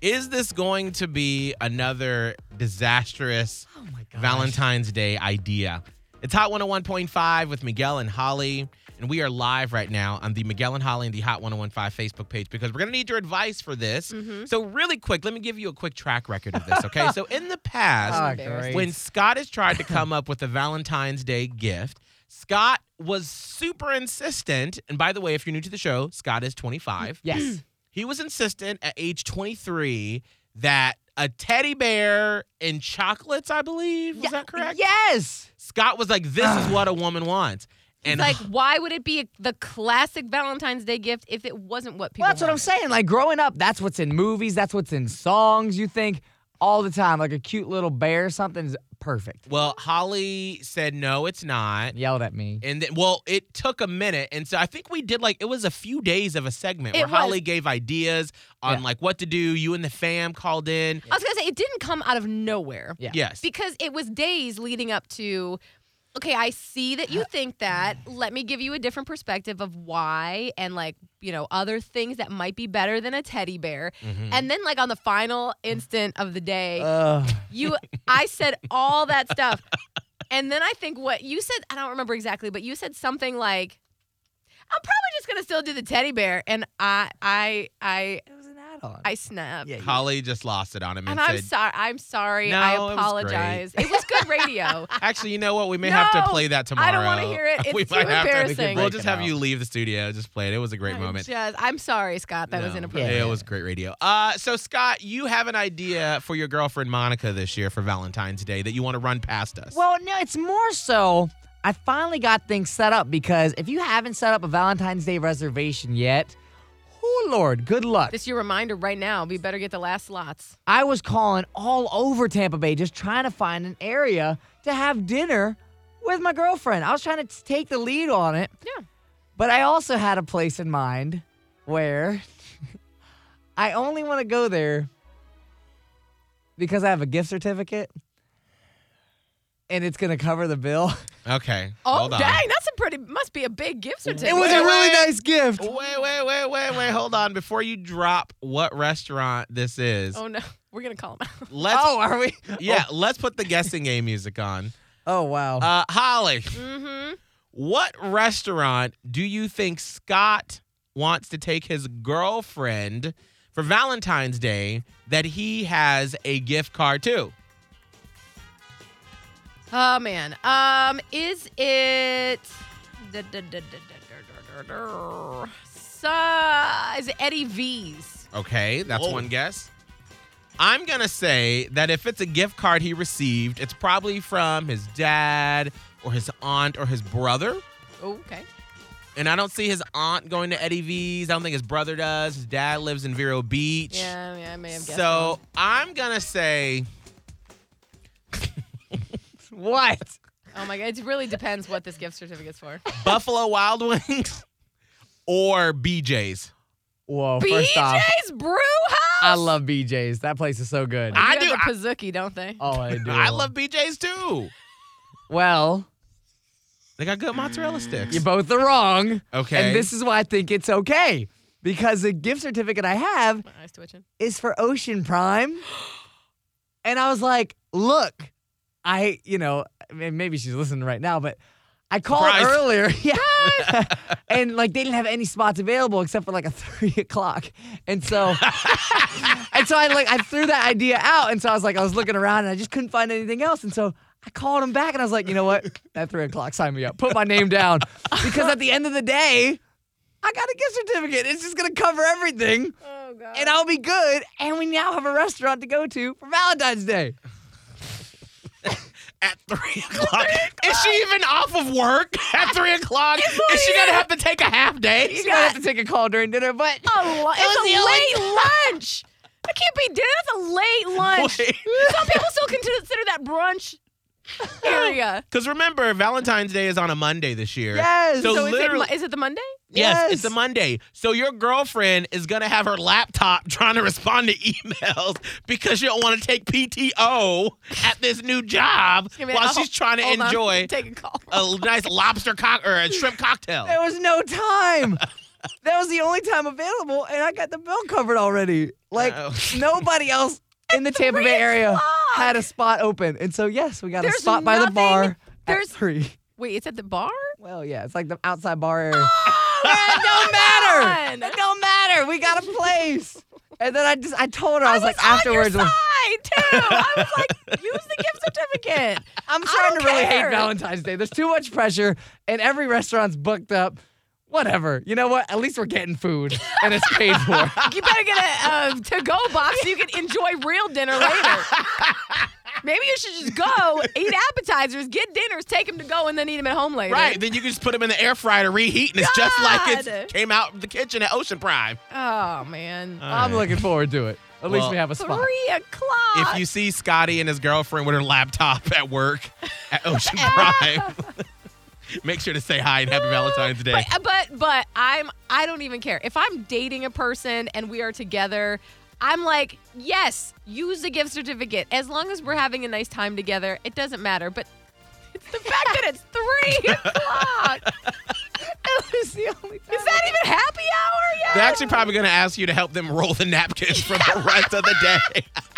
Is this going to be another disastrous Oh my god. Valentine's Day idea? It's Hot 101.5 with Miguel and Holly. And we are live right now on the Miguel and Holly and the Hot 1015 Facebook page because we're going to need your advice for this. Mm-hmm. So, really quick, let me give you a quick track record of this, okay? so, in the past, Oh, Embarrassing. great. when Scott has tried to come up with a Valentine's Day gift, Scott was super insistent. And by the way, if you're new to the show, Scott is 25. yes. He was insistent at age 23 that a teddy bear and chocolates, I believe. Was that correct? Yes. Scott was like, this is what a woman wants. It's And like, why would it be a, the classic Valentine's Day gift if it wasn't what people? Well, that's what I'm wanted? saying. Like growing up, that's what's in movies. That's what's in songs. You think all the time, like a cute little bear, something's perfect. well, Holly said, no, it's not. Yelled at me. And then, well, it took a minute. And so I think we did like, it was a few days of a segment It where was. Holly gave ideas on like what to do. You and the fam called in. I was gonna say it didn't come out of nowhere. Yeah. Yes. Because it was days leading up to. Okay, I see that you think that. Let me give you a different perspective of why and like, you know, other things that might be better than a teddy bear. Mhm. Mm-hmm. And then like on the final instant of the day, Ugh. You, I said all that stuff. And then I think what you said, I don't remember exactly, but you said something like, I'm probably just gonna still do the teddy bear. And I I I It was an add-on. I snapped. Yeah, you- Holly just lost it on him and, And I'm said, sorry. I'm sorry. No, I it was great. apologize. It was, good radio. "Actually, you know what? We may have to No, play that tomorrow. I don't wanna hear it. we It's too might have embarrassing. To, We can we'll break just it have out. you leave the studio. Just play it. It was a great I moment. just- I'm sorry, Scott. That was No. inappropriate. It was great radio. Uh, so Scott, you have an idea for your girlfriend Monica this year for Valentine's Day that you want to run past us. Well, no, it's more so I finally got things set up because if you haven't set up a Valentine's Day reservation yet, oh Lord, good luck. This is your reminder right now. We better get the last slots. I was calling all over Tampa Bay just trying to find an area to have dinner with my girlfriend. I was trying to t- take the lead on it, Yeah. but I also had a place in mind where I only want to go there because I have a gift certificate and it's going to cover the bill. okay. Oh hold on. dang, that's a pretty must be a big gift certificate. It was a Wait, really wait. nice gift. Wait, wait, wait, wait, wait. Hold on. Before you drop what restaurant this is, Oh no. We're gonna call him out. let's oh, are we? yeah, let's put the guessing game music on. Oh, wow. Uh, Holly, Mm-hmm. what restaurant do you think Scott wants to take his girlfriend for Valentine's Day that he has a gift card to? Oh man. Um is it Sa- is it Eddie V's? Okay, that's Whoa. one guess. I'm gonna say that if it's a gift card he received, it's probably from his dad or his aunt or his brother. Oh, okay. And I don't see his aunt going to Eddie V's. I don't think his brother does. His dad lives in Vero Beach. Yeah, yeah, I may have guessed. So I'm gonna say what? wrong. Oh my god, it really depends what this gift certificate's for. Buffalo Wild Wings or BJ's. Whoa, first off, BJ's Brew House. I love BJ's. That place is so good. You I got do- the I- Pizookie, don't they? oh, I do. I love BJ's too. Well, They got good mozzarella sticks. you both are wrong. Okay. And this is why I think it's okay. Because the gift certificate I have My eyes twitching. is for Ocean Prime. And I was like, look, I, you know, I mean, maybe she's listening right now, but I called Surprise. earlier. Yeah. and like they didn't have any spots available except for like a three o'clock. And so and so I like I threw that idea out. And so I was like, I was looking around and I just couldn't find anything else. And so I called him back and I was like, you know what? At three o'clock, sign me up. Put my name down. Because at the end of the day, I got a gift certificate. It's just gonna cover everything Oh god. and I'll be good. And we now have a restaurant to go to for Valentine's Day. at three o'clock. Is she even off of work at three o'clock? Is she gonna have to take a half day? You might have to take a call during dinner, but Oh, it's a late lunch. It can't be dinner. That's a late lunch. Some people still consider that brunch area. Because remember, Valentine's Day is on a Monday this year. yes. So So is it, literally- Mo- is it the Monday? Yes, Yes. it's a Monday. So your girlfriend is gonna have her laptop trying to respond to emails because you don't want to take PTO at this new job Give me- while oh, she's trying to Hold on. enjoy Take a call. a nice lobster cock or a shrimp cocktail. there was no time. that was the only time available, and I got the bill covered already. Like Oh. nobody else in the Tampa three Bay area o'clock. had a spot open, and so yes, we got There's a spot by the nothing- bar there's- at three. Wait, it's at the bar? Well, yeah, it's like the outside bar area. Oh, it don't matter. It don't matter. We got a place. And then I just I told her I was, like afterwards. on your like, side too. I was like, use the gift certificate. I'm I starting to don't really hate care. Valentine's Day. There's too much pressure, and every restaurant's booked up. Whatever. You know what? At least we're getting food, and it's paid for. You better get a uh, to-go box so you can enjoy real dinner later. Maybe you should just go eat appetizers, get dinners, take them to go, and then eat them at home later. Right. Then you can just put them in the air fryer to reheat, and it's just like it God. came out of the kitchen at Ocean Prime. Oh man. I'm looking forward to it. At least Well, we have a spot. Three o'clock. If you see Scotty and his girlfriend with her laptop at work at Ocean Prime, make sure to say hi and happy Valentine's Day. But, but but I'm I don't even care. If I'm dating a person and we are together, I'm like, yes, use the gift certificate. As long as we're having a nice time together, it doesn't matter. But it's the fact that it's three o'clock. That was the only time. Is that even happy hour? Yeah. They're actually probably going to ask you to help them roll the napkins for the rest of the day.